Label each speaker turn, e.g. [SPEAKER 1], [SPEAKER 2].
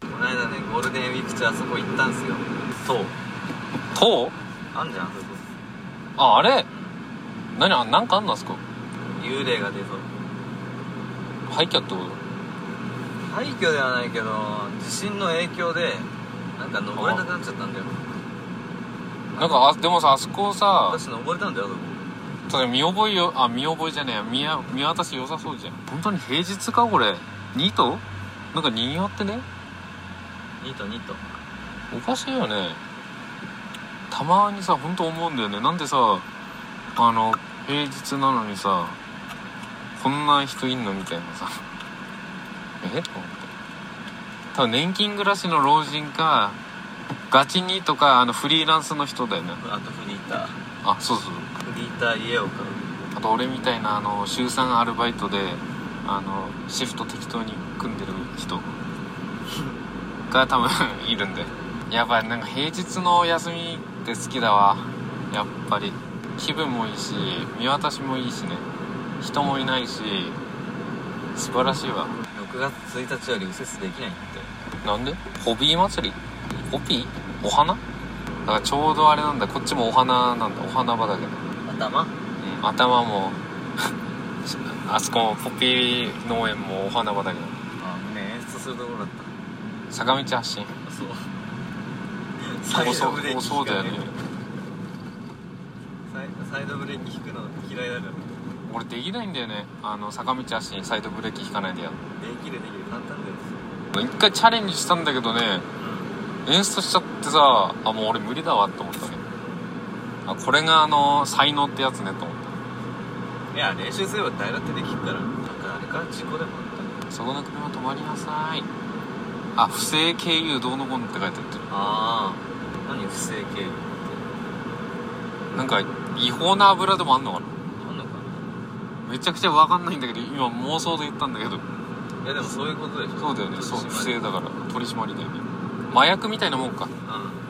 [SPEAKER 1] ゴールデンウィーク中あそこ行ったんすよ
[SPEAKER 2] とと
[SPEAKER 1] あんじゃんあそこ
[SPEAKER 2] ああれ何あなんかあんなんすか
[SPEAKER 1] 幽霊が出そう
[SPEAKER 2] 廃墟ってこと
[SPEAKER 1] 廃墟ではないけど地震の影響でなんか登れなくなっちゃったんだよ
[SPEAKER 2] なんかあでもさあそこさ
[SPEAKER 1] 私登れたんだよあそこ
[SPEAKER 2] それ見覚えよあ見覚えじゃねえ見や見渡し良さそうじゃん本当に平日かこれニートなんかにぎわってね
[SPEAKER 1] ニートニート
[SPEAKER 2] おかしいよねたまにさ本当思うんだよねなんでさあの平日なのにさこんな人いんのみたいなさ えと思って多分年金暮らしの老人かガチにとかあのフリーランスの人だよね
[SPEAKER 1] あとフリーター
[SPEAKER 2] あそうそう
[SPEAKER 1] フリーター家を買う
[SPEAKER 2] あと俺みたいなあの週3アルバイトであのシフト適当に組んでる人が多分いるんでやっぱりなんか平日のお休みって好きだわやっぱり気分もいいし見渡しもいいしね人もいないし素晴らしいわ
[SPEAKER 1] 6月1日より右折できないって
[SPEAKER 2] なんでホビー祭りホビーお花だからちょうどあれなんだこっちもお花なんだお花畑だ
[SPEAKER 1] 頭
[SPEAKER 2] うん頭も あそこもポピー農園もお花畑も
[SPEAKER 1] あね演出するところだった
[SPEAKER 2] 坂道発進
[SPEAKER 1] そう
[SPEAKER 2] そ
[SPEAKER 1] サイ
[SPEAKER 2] うそ
[SPEAKER 1] ドブレー
[SPEAKER 2] う
[SPEAKER 1] キ
[SPEAKER 2] そうだよね
[SPEAKER 1] サイサイドブレーキ引くの嫌いだから
[SPEAKER 2] 俺できないんだよねあの坂道発進サイドブレーキ引かないでや
[SPEAKER 1] できるできる簡単だよ
[SPEAKER 2] 一回チャレンジしたんだけどね演出しちゃってさあもう俺無理だわって思ったねあこれがあの才能ってやつねと思っ
[SPEAKER 1] いや練習すれば誰だってできるからなんかあれか事故でもあった
[SPEAKER 2] たそこの車止まりなさいあ不正経由どうのこうのって書いてあって
[SPEAKER 1] ああ何不正経由って
[SPEAKER 2] なんか違法な油でもあんのかな
[SPEAKER 1] あんのか
[SPEAKER 2] めちゃくちゃ分かんないんだけど今妄想で言ったんだけど
[SPEAKER 1] ないやでもそういうことでしょ
[SPEAKER 2] そうだよねそう
[SPEAKER 1] 取
[SPEAKER 2] 不
[SPEAKER 1] 締り
[SPEAKER 2] 正だから取り締まりだよね麻薬みたいなもんか
[SPEAKER 1] うん